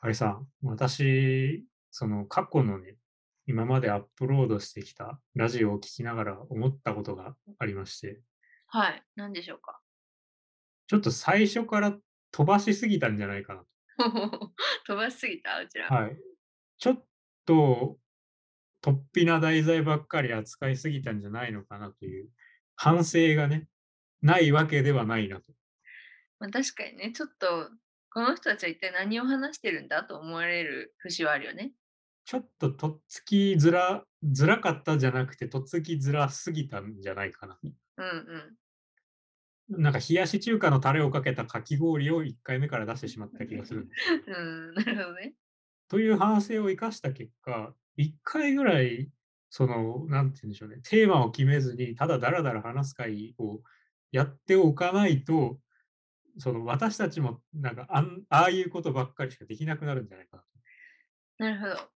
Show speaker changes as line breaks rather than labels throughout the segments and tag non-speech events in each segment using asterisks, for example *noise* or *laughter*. あれさ、私、その過去のね、今までアップロードしてきたラジオを聞きながら思ったことがありまして、
はい。何でしょうか *laughs*
ちょっと最初から飛ばしすぎたんじゃないかな。
飛ばしすぎたうちら。
はい。ちょっと、突飛な題材ばっかり扱いすぎたんじゃないのかなという反省がね、ないわけではないなと。
まあ、確かにね、ちょっと、この人たちは一体何を話してるんだと思われる節はあるよね。
ちょっととっつきづら、づらかったじゃなくて、とっつきづらすぎたんじゃないかな。
うんうん。 *laughs*
なんか冷やし中華のタレをかけたかき氷を1回目から出してしまった気がするんです。
うん、なるほどね。
という反省を生かした結果、1回ぐらい、その、なんて言うんでしょうね、テーマを決めずに、ただだらだら話す会をやっておかないと、その私たちもなんかあんああいうことばっかりしかできなくなるんじゃないか
な。なるほ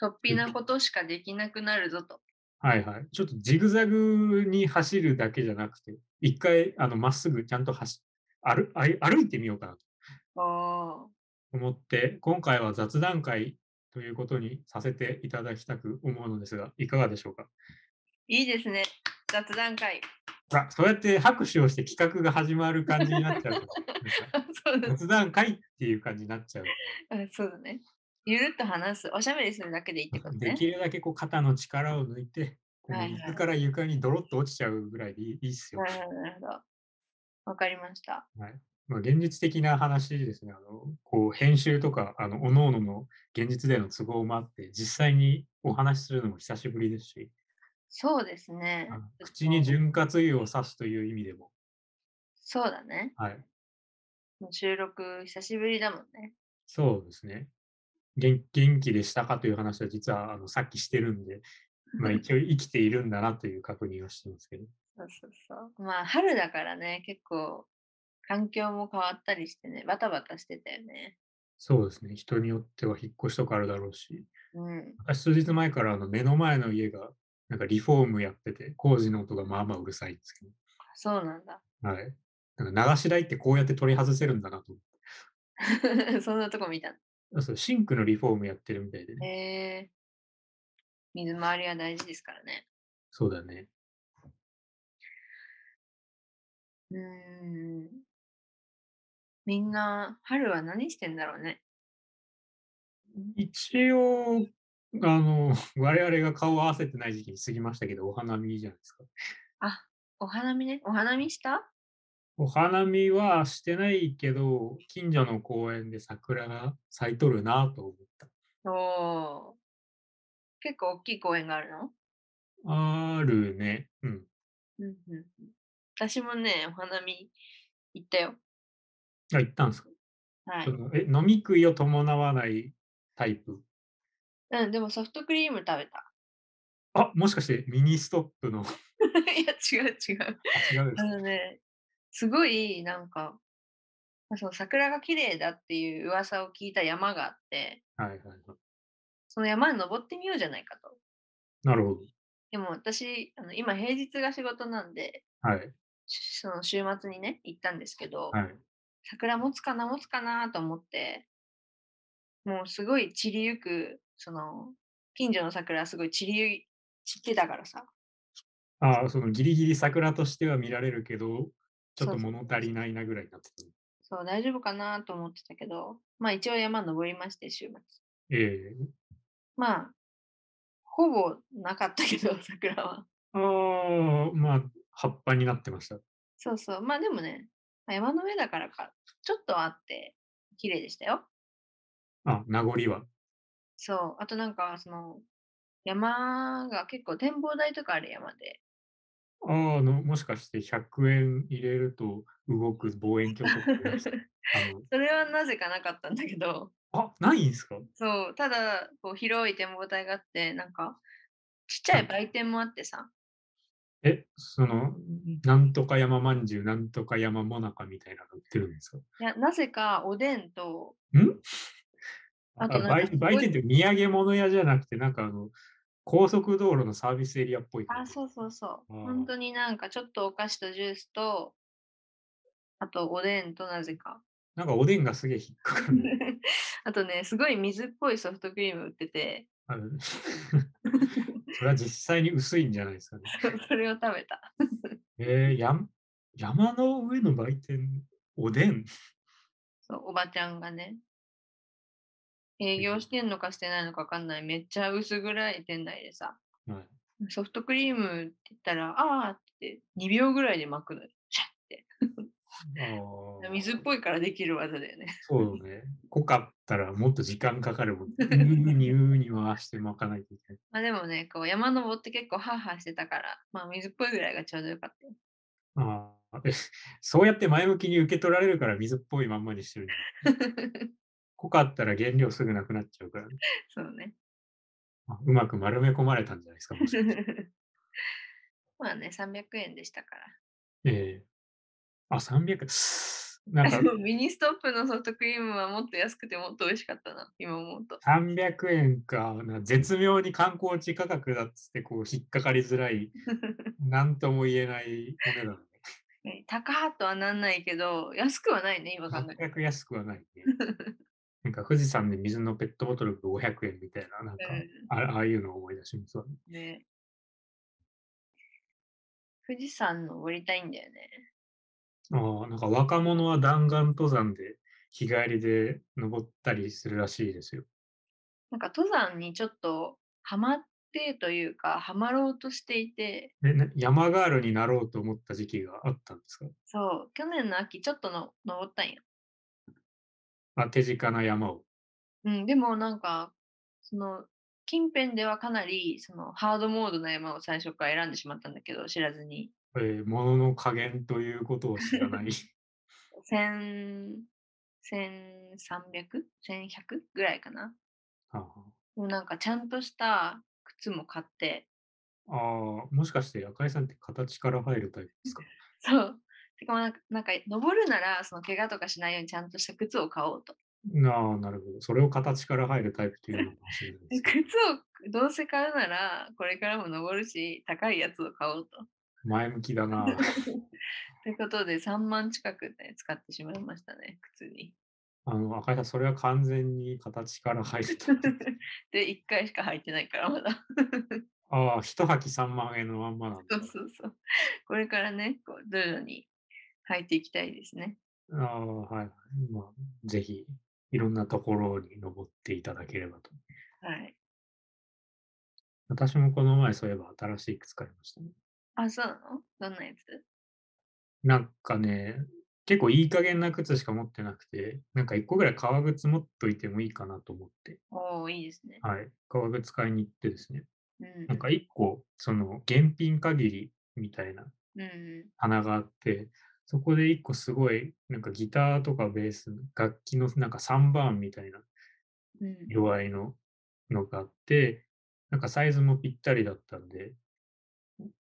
ど。突飛なことしかできなくなるぞと。
はいはい。ちょっとジグザグに走るだけじゃなくて、一回まっすぐちゃんと走歩歩いてみようかなと思って、今回は雑談会ということにさせていただきたく思うのですが、いかがでしょうか
いいですね、雑談会。 *laughs*
あそうやって拍手をして企画が始まる感じになっちゃ
*laughs*
う。
そ
*laughs*
うだ
雑談会っていう感じになっちゃう。
あそうだね。ゆるっと話す、おしゃべりするだけでいいってことね。
できるだけこう肩の力を抜いて、
はいはい、
水から床にドロッと落ちちゃうぐらいでいいっすよ。
なるほど、なるほど。わかりました。
はいまあ、現実的な話ですね。あのこう編集とか、あの各々の現実での都合もあって、実際にお話しするのも久しぶりですし、
そうですね。
口に潤滑油をさすという意味でも。
そうだね。
はい。
もう収録久しぶりだもんね。
そうですね。元元気でしたかという話は実はあのさっきしてるんで、まあ、一応生きているんだなという確認をしてますけど。
そうそうそう。まあ春だからね、結構環境も変わったりしてね、バタバタしてたよね。
そうですね。人によっては引っ越しとかあるだろうし、
うん、
私数日前からあの目の前の家がなんかリフォームやってて、工事の音がまあまあうるさいんですけど。
そうなんだ。 *laughs*
はい。なんか流し台ってこうやって取り外せるんだなと思
って。そんなとこ見た
そうシンクのリフォームやってるみたいで
ね。へえ。水回りは大事ですからね。
そうだね。
うん。みんな、春は何してんだろうね。
一応、あの、 *laughs* 我々が顔を合わせてない時期に過ぎましたけど、お花見じゃないですか。
あ、お花見ね。お花見した。
お花見はしてないけど、近所の公園で桜が咲いとるなと思った
お結構大きい公園があるの
あるね。うん。
うんうん、私もね、お花見行ったよ。
あ、行ったんですか
はい。
そのえ飲み食いを伴わないタイプ
うん、でもソフトクリーム食べた。 *laughs*
あ、もしかしてミニストップの。 *laughs*
いや、違う違う。
違うです
あのね、すごいなんか、その桜が綺麗だっていう噂を聞いた山があって、
はいはいはい、
その山に登ってみようじゃないかと。
なるほど。
でも私、あの今平日が仕事なんで、
はい、
その週末にね、行ったんですけど、
はい、
桜持つかな、持つかなと思って、もうすごい散りゆくその近所の桜すごい散り散ってたからさ。
ああ、そのギリギリ桜としては見られるけど、ちょっと物足りないなぐらいになってた。
そう大丈夫かなと思ってたけど、まあ一応山登りまして、週末。
ええー、
まあ、ほぼなかったけど、 *laughs* 桜は。
ああ、まあ、葉っぱになってました。
そうそう。まあでもね、山の上だからか、ちょっとあって、綺麗でしたよ。
あ、名残は。
そう。あとなんか、その、山が結構展望台とかある山で。
ああの、もしかして100円入れると動く望遠鏡とか
*laughs* それはなぜかなかったんだけど。 *laughs*
あ、ないんですか
そう。ただ、こう広い展望台があって、なんか、ちっちゃい売店もあってさ。
え、その、なんとか山まんじゅう、なんとか山もなかみたいなの売ってるんですか
いや、なぜかおでんと、
んあと売店って土産物屋じゃなくて、なんかあの、高速道路のサービスエリアっぽい。
あ、そうそうそう。本当になんかちょっとお菓子とジュースと、あとおでんとなぜか。
なんかおでんがすげえ引っかかる。
*laughs* あとね、すごい水っぽいソフトクリーム売ってて、 *laughs*
あの *laughs* それは実際に薄いんじゃないですかね。
それを食べた。
えー、やん山の上の売店、おでん。
そうおばちゃんがね。営業してんのかしてないのか分かんない。めっちゃ薄暗い店内でさ、
はい、
ソフトクリームって言ったら、あーって2秒ぐらいで巻くのよ。シャッて。
あー
水っぽいからできる技だよね。 *laughs*
そうね。濃かったらもっと時間かかるもん。うーにうーに回して巻かないといけない。
まあでもね、こう山登って結構ハーハーしてたから、まあ水っぽいぐらいがちょうどよかったよ。
ああ、えそうやって前向きに受け取られるから水っぽいまんまにしてるんだ。濃かったら原料すぐなくなっちゃうからね、
そうね。
あうまく丸め込まれたんじゃないですか。もしかして
*laughs* まあね、300円でしたか
ええあ、300。なん
ら。
か
でもミニストップのソフトクリームはもっと安くてもっと美味しかったな、今思うと。
300円かな、絶妙に観光地価格だっつってこう引っかかりづらい、なんとも言えないお値段ね。
ね高はとはなんないけど、安くはないね、今考えたら
全く安くはないね。なんか富士山で水のペットボトルが500円みたいな、なんかあああいうのを思い出しますわね。
うんね富士山登りたいんだよね。
ああ、なんか若者は弾丸登山で日帰りで登ったりするらしいですよ。
なんか登山にちょっとハマってというか、ハマろうとしていて、
えな山ガールになろうと思った時期があったんですか
そう、去年の秋ちょっとの登ったんよ。
あ手近な山を。
うん、でもなんか、その、近辺ではかなり、その、ハードモードな山を最初から選んでしまったんだけど、知らずに。
えー、ものの加減ということを知らない。
千、千三百千百ぐらいかな。
ああ
もうなんか、ちゃんとした靴も買って、
ああ、もしかして赤井さんって形から入るタイプですか
そう。てかまあなんか、なんか登るなら、その、怪我とかしないようにちゃんとした靴を買おうと。
なあ、なるほど。それを形から入るタイプというのかもしれないで
で
す。
靴をどうせ買うなら、これからも登るし、高いやつを買おうと。
前向きだ
*laughs*
な。
ということで、3万近くね、使ってしまいましたね、靴に。
あの赤井さん、それは完全に形から入
*laughs*
るタイプ。
で、1回しか履いてないから、ま
*laughs*
だ。
ああ、一履き3万円のまんまなんだ
そう。そうそう。これからね、こう徐々に履いていきたいですね。
ああ、はい。まあ、ぜひ、いろんなところに登っていただければと。
はい。
私もこの前、そういえば新しい靴買いましたね。
あ、そうなのどんなやつ
なんかね、結構いい加減な靴しか持ってなくて、なんか一個ぐらい革靴持っといてもいいかなと思って、
おおいいですね。
はい。革靴買いに行ってですね、
うん。
なんか一個、その、現品限りみたいな
うん。
棚があって、そこで一個すごい、なんかギターとかベース、楽器のなんか3番みたいな
うん。
色合いののがあって、なんかサイズもぴったりだったんで、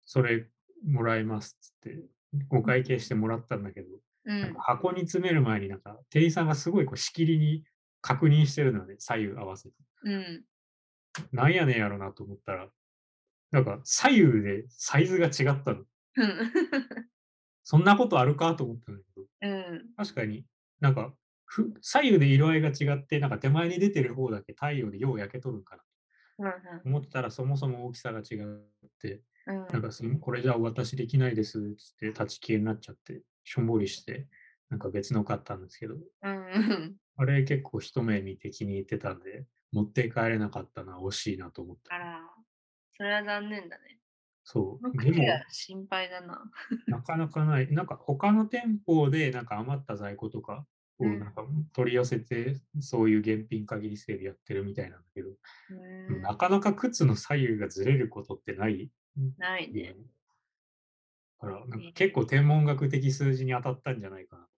それもらいますっつって、お会計してもらったんだけど、
う
なん
ん
か。箱に詰める前になんか店員さんがすごいこうしきりに確認してるので、左右合わせて。
うん。
なんやねんやろなと思ったら、なんか左右でサイズが違ったの。
*laughs*
そんなことあるかと思ったんだけど、
うん。
確かになんかふ左右で色合いが違って、なんか手前に出てる方だけ太陽でよう焼けとるんかな
う
思ってたらそもそも大きさが違って、
ん。
なんかすんこれじゃお渡しできないですっつって立ち消えになっちゃって、しょんぼりして、なんか別の買ったんですけど、
うん。
あれ結構一目見て気に入ってたんで、持って帰れなかったな、惜しいなと思っ
あ
た。
ら、それは残念だね。
そう。で
靴
も、
*laughs* が心配だな。
なかなかない。なんか他の店舗でなんか余った在庫とかを
うん
なんか取り寄せて、そういう現品限りセールやってるみたいなんだけど、
うん。
なかなか靴の左右がずれることってない
ないね。
ねだから、なん
ね
か結構天文学的数字に当たったんじゃないかなと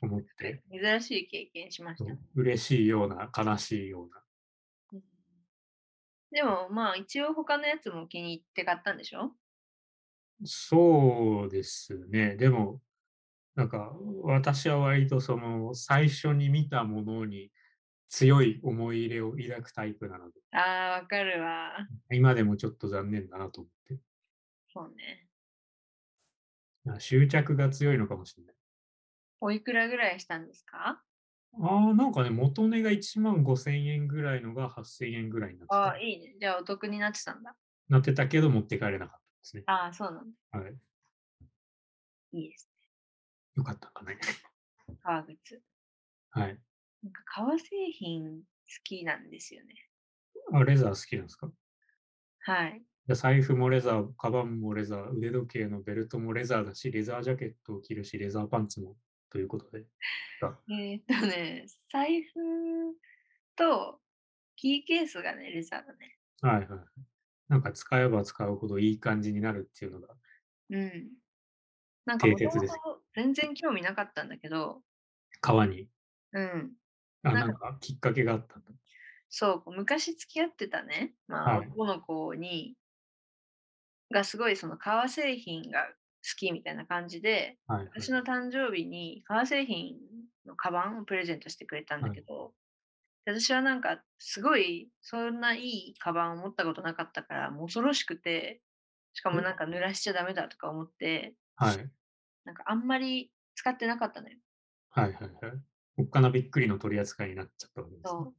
思って、
珍しい経験しました
そう。嬉しいような、悲しいような。
うんでもまあ一応他のやつも気に入って買ったんでしょ
そうですね。でも、なんか私は割とその最初に見たものに強い思い入れを抱くタイプなので、
ああ、わかるわ。
今でもちょっと残念だなと思って
そうね。
なんか。執着が強いのかもしれない。
おいくらぐらいしたんですか
ああ、なんかね、元値が1万5千円ぐらいのが8千円ぐらいになって
あ
た
あ、いいね。じゃあお得になってたんだ。
なってたけど、持って帰れなかったですね。
ああ、そうなんだ。
はい。
いいです
よかったかね。 *laughs*
ね。革靴。
はい。
なんか革製品好きなんですよね。
あ、レザー好きなんですか
はい。
で財布もレザー、カバンもレザー、腕時計のベルトもレザーだし、レザージャケットを着るし、レザーパンツもということで。
えーっとね、財布とキーケースがね、レザーだね。
はいはい。なんか使えば使うほどいい感じになるっていうのが。
うん。なんかもと
定説
も
で
と
す
全然興味なかったんだけど、
川に、
うん。
あ
なんか
なんかきっかけがあったんだ
そう、昔付き合ってたね、まあ、
はい
男の子に、がすごいその革製品が好きみたいな感じで、
はいはい
私の誕生日に革製品のカバンをプレゼントしてくれたんだけど、で私はなんかすごいそんないいカバンを持ったことなかったからもう恐ろしくてしかも
うん
なんか濡らしちゃダメだとか思って
はい
なんかあんまり使ってなかったのよ。
はいはいはい。おっかなびっくりの取り扱いになっちゃったわけです、ね。
そう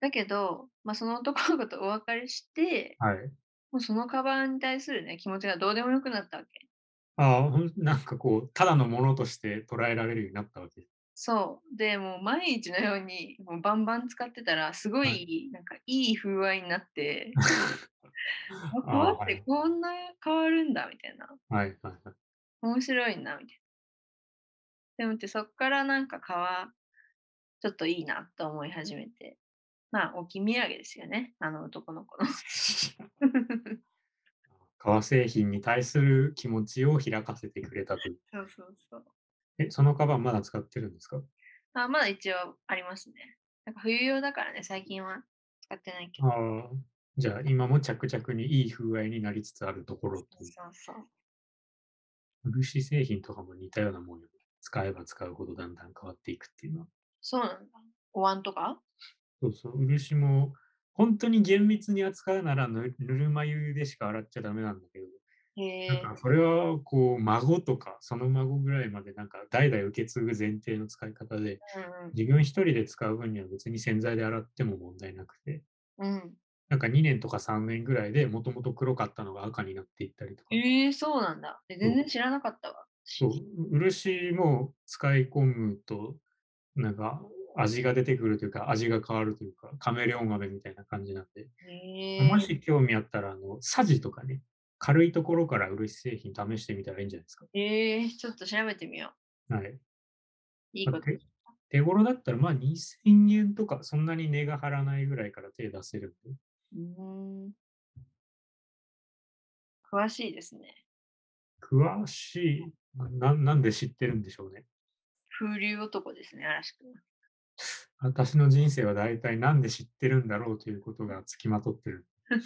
だけど、まあ、その男の子とお別れして
はい。
もうそのカバンに対する、ね、気持ちがどうでもよくなったわけ。
ああ、ほん *laughs* なんかこう、ただのものとして捉えられるようになったわけ。
そう。で、もう毎日のようにもうバンバン使ってたら、すご、
はい
なんかいい風合いにな *laughs* って、あ
あー
革っ
は
て
い
こんな変わるんだみたいな。
はいはいはい。
面白いなみたいな。でもってそっからなんか革、ちょっといいなと思い始めて。まあ、置き土産ですよね。あの男の子 *laughs* の。
革製品に対する気持ちを開かせてくれたという。
そうそうそう。
え、そのカバンまだ使ってるんですか
あまだ一応ありますね。なんか冬用だからね、最近は使ってないけど。
ああ、じゃあ今も着々にいい風合いになりつつあるところ
そう
っていう
そう。
漆製品とかも似たようなもんよね。使えば使うほどだんだん変わっていくっていうのは。
そうなんだ。お椀とか
そうそう、漆も本当に厳密に扱うならぬぬるま湯でしか洗っちゃダメなんだけど、
へえ
なんかそれはこう孫とかその孫ぐらいまでなんか代々受け継ぐ前提の使い方で、自分一人で使う分には別に洗剤で洗っても問題なくて、
うんうん。うん。
なんか2年とか3年ぐらいでもともと黒かったのが赤になっていったりとか。
ええそうなんだ。え全然知らなかったわ。
そう、漆も使い込むと、なんか味が出てくるというか、味が変わるというか、カメレオン豆みたいな感じなんで、
へえ
もし興味あったら、あの、サジとかね、軽いところから漆製品試してみたらいいんじゃないですか。
ええちょっと調べてみよう。
はい。
いいこと。
手手頃だったら、まあ2000円とか、そんなに値が張らないぐらいから手出せるんで。
うーん詳しいですね。
詳しいな、なんで知ってるんでしょうね。
風流男ですね、嵐君。
私の人生は大体なんで知ってるんだろうということがつきまとってる。
*laughs*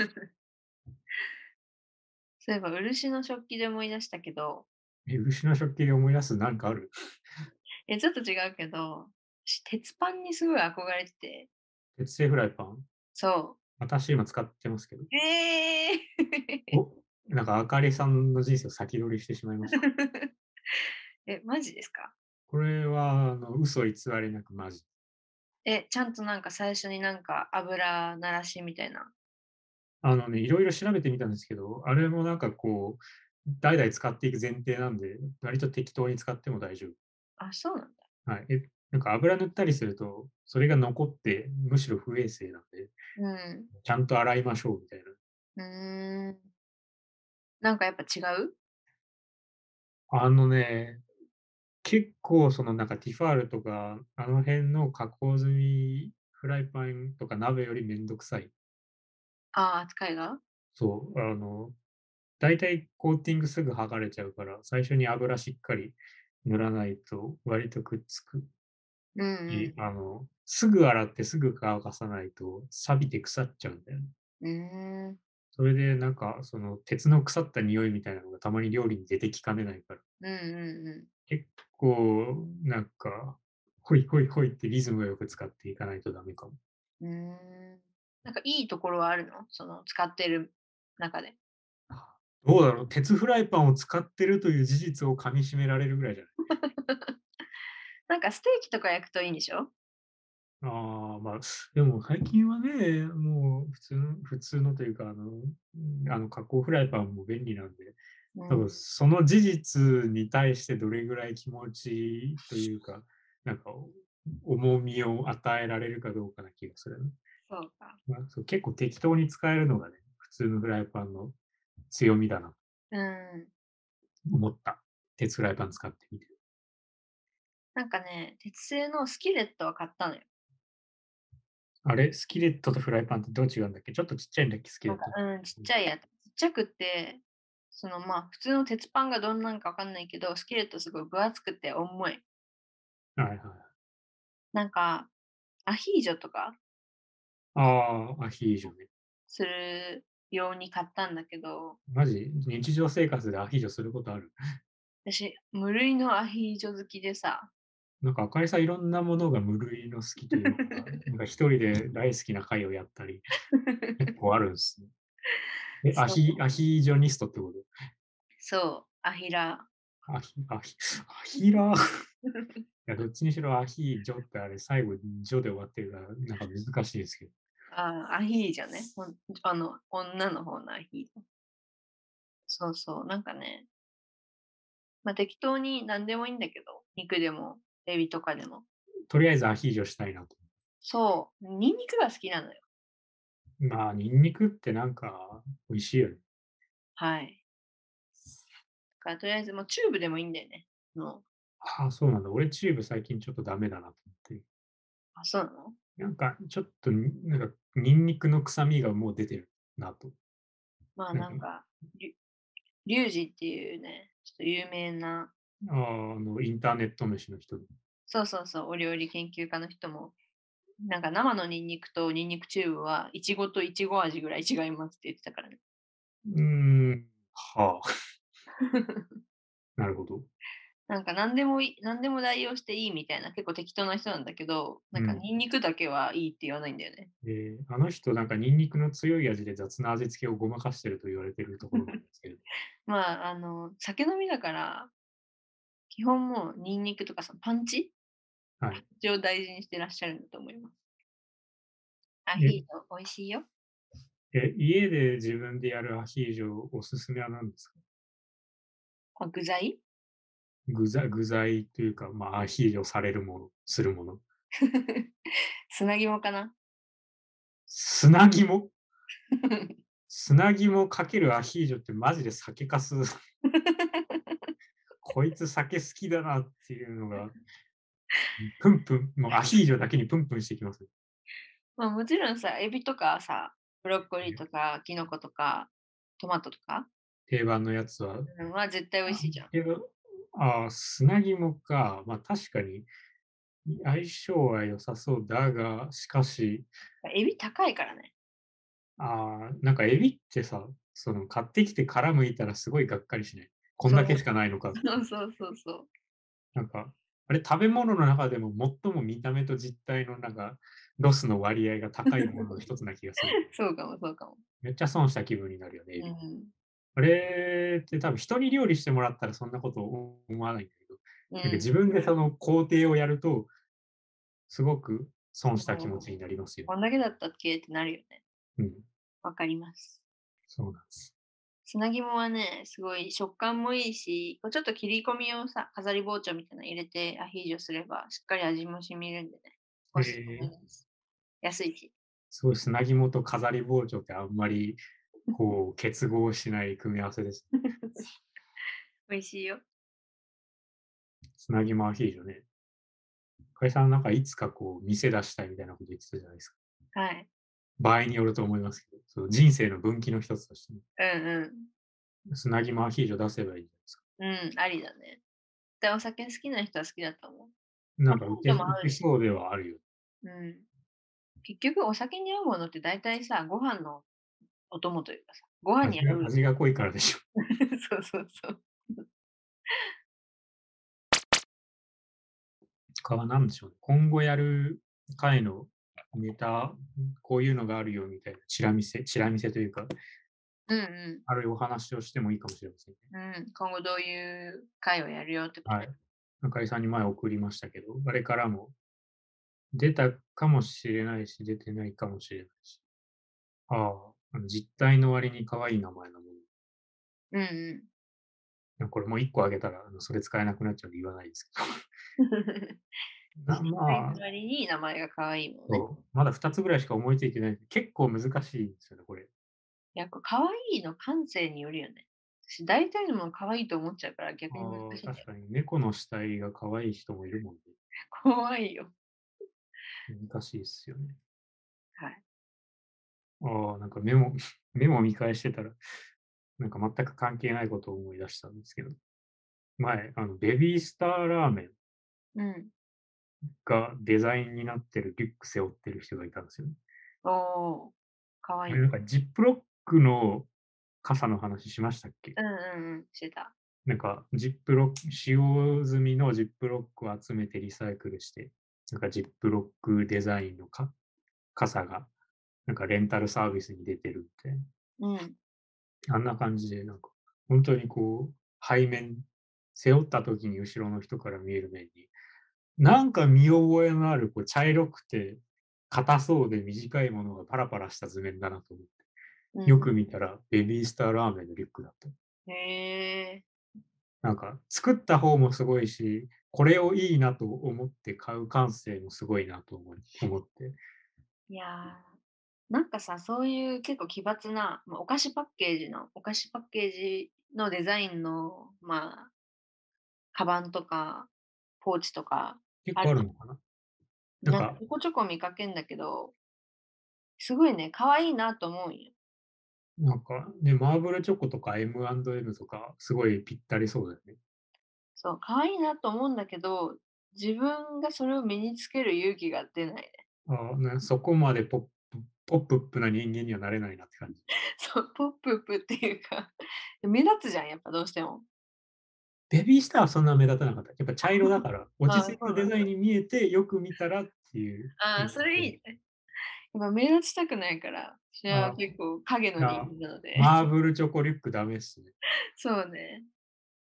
そういえば、漆の食器で思い出したけど、
え、漆の食器で思い出すなんかある
えちょっと違うけど、私鉄板にすごい憧れてて、
鉄製フライパン
そ
*laughs* 私今使ってますけど。
う。ええ
おなんかあかりさんの人生を先取りしてしまいました。
*laughs* え、マジですか
これはあの嘘偽りなくマジ。
え、ちゃんとなんか最初になんか油ならしみたいな。
あのね、いろいろ調べてみたんですけど、あれもなんかこう、代々使っていく前提なんで、割と適当に使っても大丈
あ、そうなんだ。
夫。はい。えなんか油塗ったりすると、それが残って、むしろ不衛生なんで、
うん。
ちゃんと洗いましょうみたいな。
うーんなんかやっぱ違う
あのね、結構そのなんかティファールとか、あの辺の加工済みフライパンとか鍋よりめんどくさい。
ああ、扱いが
そう、あの、大体コーティングすぐ剥がれちゃうから、最初に油しっかり塗らないと割とくっつく
うん、
し、あの、すぐ洗ってすぐ乾かさないと錆びて腐っちゃうんだよね。
うん。うーん。
それでなんかその鉄の腐った匂いみたいなのがたまに料理に出てきかねないから、
うんうんう
こう、なんか、ホイホイホイってリズムをよく使っていかないとダメかも。
ん。うーん。なんかいいところはあるのその使ってる中で。
どうだろう鉄フライパンを使ってるという事実をかみしめられるぐらいじゃない
なんかステーキとか焼くといいんでしょ
ああ、まあ、でも最近はね、もう普通の、普通のというか、あの、あの加工フライパンも便利なんで、
うん
多分その事実に対してどれぐらい気持ちというか、なんか重みを与えられるかどうかな気がするね、
そうか。
まあそう結構適当に使えるのがね、普通のフライパンの強みだなと
うん。
思った。鉄フライパン使ってみて。
なんかね、鉄製のスキレットは買ったのよ。
あれ、スキレットとフライパンってどう違うんだっけちょっとちっちゃいんだっけ、スキレ
なん
ット
か。うん、ちっちゃいやつ。ちっちゃくって、そのまあ、普通の鉄パンがどんなんかわかんないけど、スキレットすごい分厚くて重い。
はいはい。
なんか、アヒージョとか
ああ、アヒージョね。
するように買ったんだけど、
マジ、日常生活でアヒージョすることある
私、無類のアヒージョ好きでさ、
なんか、あかりさん、いろんなものが無類の好きという
*laughs*
のが、なんか一人で大好きな回をやったり、結構あるんですね。え、
そう
アヒ、アヒージョニストってこと
そう、アヒラ。
アヒ、アヒ、アヒラ
*laughs*
ーいや、どっちにしろアヒージョってあれ、最後、ジョで終わってるから、なんか難しいですけど。
あアヒージョね。ほんあの、女の方のアヒージョ。そうそう、なんかね、まあ適当に何でもいいんだけど、肉でも、エビとかでも。
とりあえずアヒージョしたいなと。
そう、ニンニクが好きなのよ。
まあ、ニンニクってなんか、美味しいよね。
はい。だからとりあえず、もうチューブでもいいんだよね。の
ああ、そうなんだ。俺、チューブ最近ちょっとダメだなと思って。
あ、そうなの
なんか、ちょっと、なんか、ニンニクの臭みがもう出てるなと。
まあ
うん
なんか、リュリュウジっていうね、ちょっと有名な、
あーあの、インターネット飯の人で。
そうそうそう、お料理研究家の人も、なんか生のニンニクとニンニクチューブは、イチゴとイチゴ味ぐらい違いますって言ってたからね。
うーん、はあ。なるほど。
なんか何でもいい、何でも代用していいみたいな、結構適当な人なんだけど、なんか
うん
ニンニクだけはいいって言わないんだよね。
えーあの人、なんか、ニンニクの強い味で雑な味付けをごまかしてると言われてるところなんですけど。
まあ、あの、酒飲みだから、基本もうニンニクとかさ、パンチ
はい
パンチを大事にしてらっしゃるんだと思います。ア
え
ヒージョ、美味しいよ。
え、家で自分でやるアヒージョ、おすすめは何ですか
あ具材
具材、具材というか、まあ、アヒージョされるもの、するもの。
砂肝かな
砂肝砂肝かけるアヒージョってマジで酒かす。こいつ酒好きだなっていうのが、プンプン、もうアヒージョだけにプンプンしてきます。
まあもちろんさ、エビとかさ、ブロッコリーとか、キノコとか、トマトとか、
定番のやつは。
うん、は絶対美味しいじゃん。
けど、ああ、砂肝か。まあ確かに相性は良さそうだが、しかし、
エビ高いからね。 *laughs*
ああ、なんかエビってさ、その買ってきて殻むいたらすごいがっかりしない。こんだけしかないのかって。
そうそうそうそう。
なんか、あれ、食べ物の中でも最も見た目と実態のなんか、ロスの割合が高いものの一つな気がす
*laughs*
る。
そうかもそうかも。
めっちゃ損した気分になるよね。エビ
うん
あれって多分人に料理してもらったらそんなこと思わないんだけど、
う
なんか
ん、
自分でその工程をやると、すごく損した気持ちになりますよ。
こんだけだったっけってなるよね。
うん、
わかります。
そうなんです。
砂肝はね、すごい食感もいいし、こうちょっと切り込みをさ、飾り包丁みたいなの入れてアヒージョすれば、しっかり味も染みるんでね。美味しいと思います。安いし。
すごい砂肝と飾り包丁ってあんまりこう結合しない組み合わせです。
美味しいよ。
砂肝アヒージョね。かりさんなんかいつかこう店出したいみたいなこと言ってたじゃないですか。
はい。
場合によると思いますけど、その人生の分岐の一つとしてね、
うんうん。
砂肝アヒージョ出せばいいじ
うん、ありだね。で、お酒好きな人は好きだと思
ゃないですか。なんか受け
アヒージョも合
受
う
けそうではあるよ。
う。うん。結局、お酒に合うものって大体さ、ご飯のお供というかさ、ご飯に
味
合
が
う。
味が濃いからでしょ。
*laughs* そうそうそう。
他は何でしょうね。今後やる回のネタ、こういうのがあるよみたいな、チラ見せ、チラ見せというか、
うんうん。
あるいはお話をしてもいいかもしれませんね。
うん、今後どういう会をやるよってこと
は
ね、
い。中井さんに前送りましたけど、あれからも出たかもしれないし、出てないかもしれないし。ああ、実体の割に可愛い名前のもの。い
うんう
やこれもう1個あげたら、あのそれ使えなくなっちゃうんで言わないですけ
ん。
ど。 *laughs* なまあ、
割に名前が可愛いもんね。
そうまだ2つぐらいしか思いついてない。結構難しいんですよね、これ。
いや、これ可愛いの感性によるよね。私、大体のもの可愛いと思っちゃうから逆
あ
に難しい
あ
ん
確
だよ。
かに猫の死体が可愛い人もいるもんね。
怖いよ。
難しいですよね。
はい。
ああ、なんかメ *laughs* モ、メモ見返してたら、なんか全く関係ないことを思い出したんですけど、前、あの、ベビースターラーメン
うん。
がデザインになってるリュック背負ってる人がいたんですよね。
おお、可
あ
愛い。
れ
う
なん
ん
かジップロックの傘の話しましたっけ
うんうん、してた。
なんかジップロック、使用済みのジップロックを集めてリサイクルして、なんかジップロックデザインのか傘が、なんかレンタルサービスに出てるみたいな。
うん。
あんな感じで、なんか、本当にこう、背面、背負った時に後ろの人から見える面に、なんか見覚えのある、こう、茶色くて、硬そうで短いものがパラパラした図面だなと思っ
うん
て、よく見たら、ベビースターラーメンのリュックだった。
へえ。
なんか、作った方もすごいし、これをいいなと思って買う感性もすごいなと思い思って。
いやーなんかさ、そういう結構奇抜な、まあ、お菓子パッケージの、お菓子パッケージのデザインの、まあ、カバンとか、ポーチとか、
結構あるのかな
なん
なんか
かちょこちょこ見かけんだけど、すごいね、可愛いなと思うんよ。
なんかね、マーブルチョコとか M&M とか、すごいぴったりそうだよね。
そう、可愛いなと思うんだけど、自分がそれを身につける勇気が出ない *laughs* ね。
ああね、そこまでポップ、ポップップな人間にはなれないなって感じ。
そう、ポッププっていうか、 *laughs* 目立つじゃん、やっぱどうしても。
ベビースターはそんな目立たなかった。やっぱ茶色だ
*laughs*
から、落ち着いた
そうな
デ
んだ
ザインに見えて、よく見たらっていう。
あ
うん
あ、それいいね。やっぱ目立ちたくないから、私
あ
は
ー
結構影の
あー
人間なので。
マーブルチョコリュックダメっすね。
*laughs* そうね。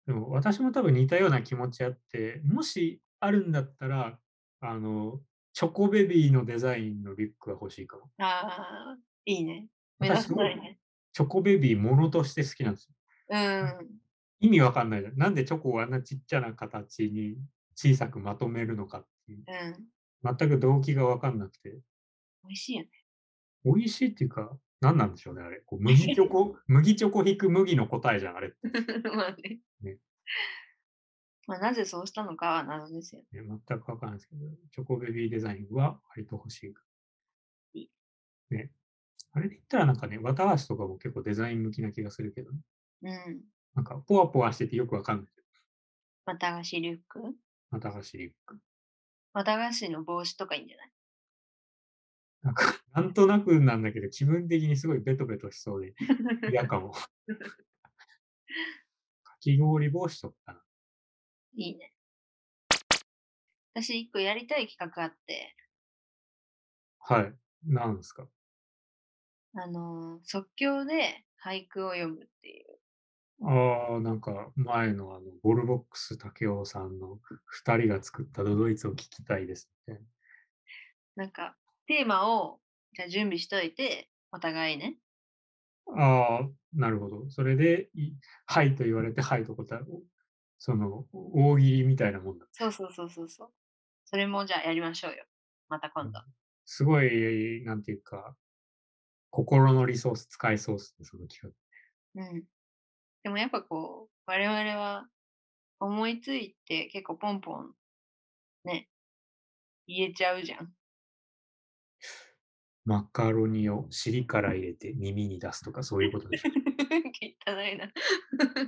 でも私も多分似たような気持ちあって、もしあるんだったら、あの、チョコベビーのデザインのリュックが欲しいかも。
ああ、いいね。目
私す
立ち
ご
た
い
いね。
チョコベビーものとして好きなんですよ。
うん。
意味わかんないじゃん。なんでチョコをあんなちっちゃな形に小さくまとめるのかっていう。
うん。
全く動機がわかんなくて。
美味しいよね。
美味しいっていうか、何なんでしょうね、あれ。こう麦チョ
*laughs*
コ、麦チョコ引く麦の答えじゃん、あれって
まあね。
ね
まあ、なぜそうしたのかは謎ですよね。
ね、全くわかんないですけど、チョコベビーデザインは割と欲し
い
い。ね。あれで言ったらなんかね、綿菓子とかも結構デザイン向きな気がするけど、ね、
うん。
なんかポワポワしててよくわかんない。
綿菓子リュック
綿菓子リュック。
綿菓子の帽子とかいいんじゃない
なんか、なんとなくなんだけど、気分的にすごいベトベトしそうで、嫌
*laughs*
かも。 *laughs* かき氷帽子とかかな。
いいね。私一個やりたい企画あって、
はい。なんですか。
あのー即興で俳句を読むっていう。
ああ、なんか前のあの、ボルボックス竹雄さんの2人が作ったドドイツを聞きたいですね。
なんか、テーマを、じゃあ準備しといて、お互いね。
ああ、なるほど。それでい、はいと言われて、はいと答え、おその、大喜利みたいなもんだ。
そうそうそうそうそう。それもじゃあやりましょうよ。また今度。
すごい、なんていうか、心のリソース使いそうですね、その企
うん。でもやっぱこう、我々は思いついて結構ポンポン、ね、言えちゃうじゃん。 *laughs*
画。マカロニを尻から入れて耳に出すとか、そういうことでしょ。
汚いな。 *laughs*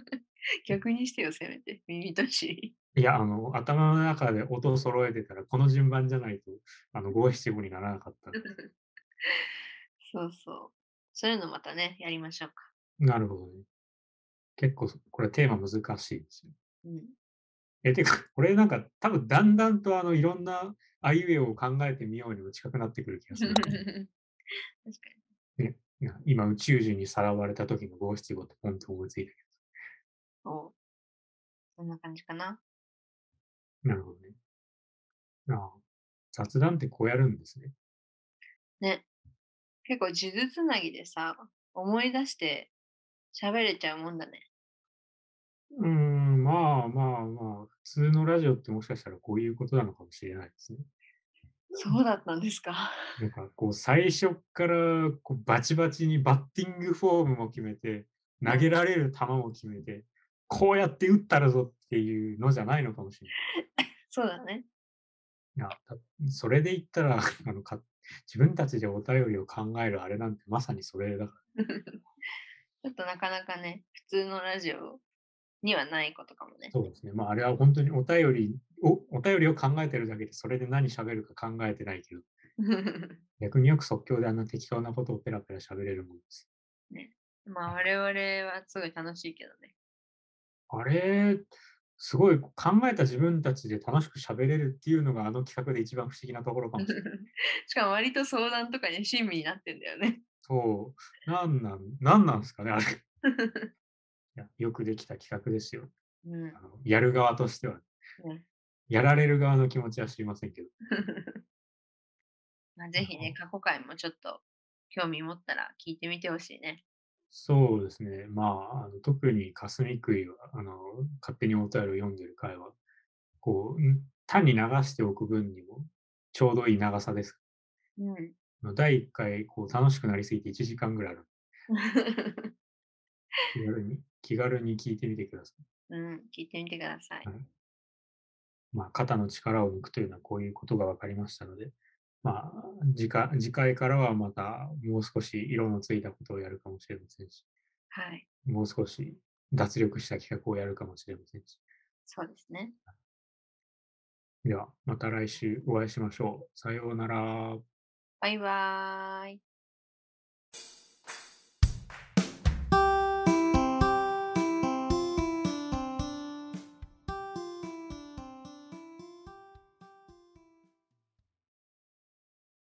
逆にしてよ、せめて。耳と尻。
いや、あの、頭の中で音を揃えてたら、この順番じゃないと、あの、五七五にならなかったんで。
そうそう。そういうのまたね、やりましょうか。
なるほどね。結構そ、これテーマ難しいですよ。
うん。 *laughs*
え、てか、これなんか、多分だんだんとあの、いろんなあいうえおを考えてみようにも近くなってくる気が
*laughs*
する。
確かに。
いや今、宇宙人にさらわれた時の五七五ってポンと思いついたけ
そう。そんな感じかな。
ど。なるほどね。ああ雑談ってこうやるんですね。
ね。結構、呪術つなぎでさ、思い出して喋れちゃうもんだね。
うーん、まあまあまあ、普通のラジオってもしかしたらこういうことなのかもしれないですね。
そうだったんですか。 *laughs*
なんかこう最初からこうバチバチにバッティングフォームも決めて、投げられる球も決めて、こうやって打ったらぞっていうのじゃないのかもしれ
そうだね。
ない。いやだそれで言ったらあのか、自分たちでお便りを考えるあれなんてまさにそれだか
ちょっとなかなかね、普通のラジオにはないことかもね
ら、。
*laughs*
そうですね。まああれは本当にお便りを、お便りを考えてるだけで、それで何喋るか考えてないけど、逆によく即興であんな適当なことをペラペラ喋れるもんです。
まあ、我々はすごい楽しいけど *laughs* ね。
あれ、すごい考えた自分たちで楽しく喋れるっていうのがあの企画で一番不思議なところかもしれ
*laughs*
ない。
しかも割と相談とかに親身になってんだよね。
そう。なんなん、なんなんですかね、あれ。いやよくできた企画ですよ。
うん
あ、のやる側としては、
ね
*laughs* やられる側の気持ちは知りませんけど。
まあぜひね、過去回もちょっと興味持ったら聞いてみてほしいね。
そうですね。まあ、あの特に霞くいは、あの、勝手にお便りを読んでる回は、こう、ん単に流しておく分にも、ちょうどいい長さです。
うん。
あの第1回、こう、楽しくなりすぎて1時間ぐらいある。気軽に、気軽に聞いてみてくださ
うん、聞いてみてください
はい。い。まあ、肩の力を抜くというのはこういうことが分かりましたので、まあ、次回次回からはまたもう少し色のついたことをやるかもしれませんし、
はい。
もう少し脱力した企画をやるかもしれませんし。
そうですね。
では、また来週お会いしましょう。さようなら。
バイバーイ。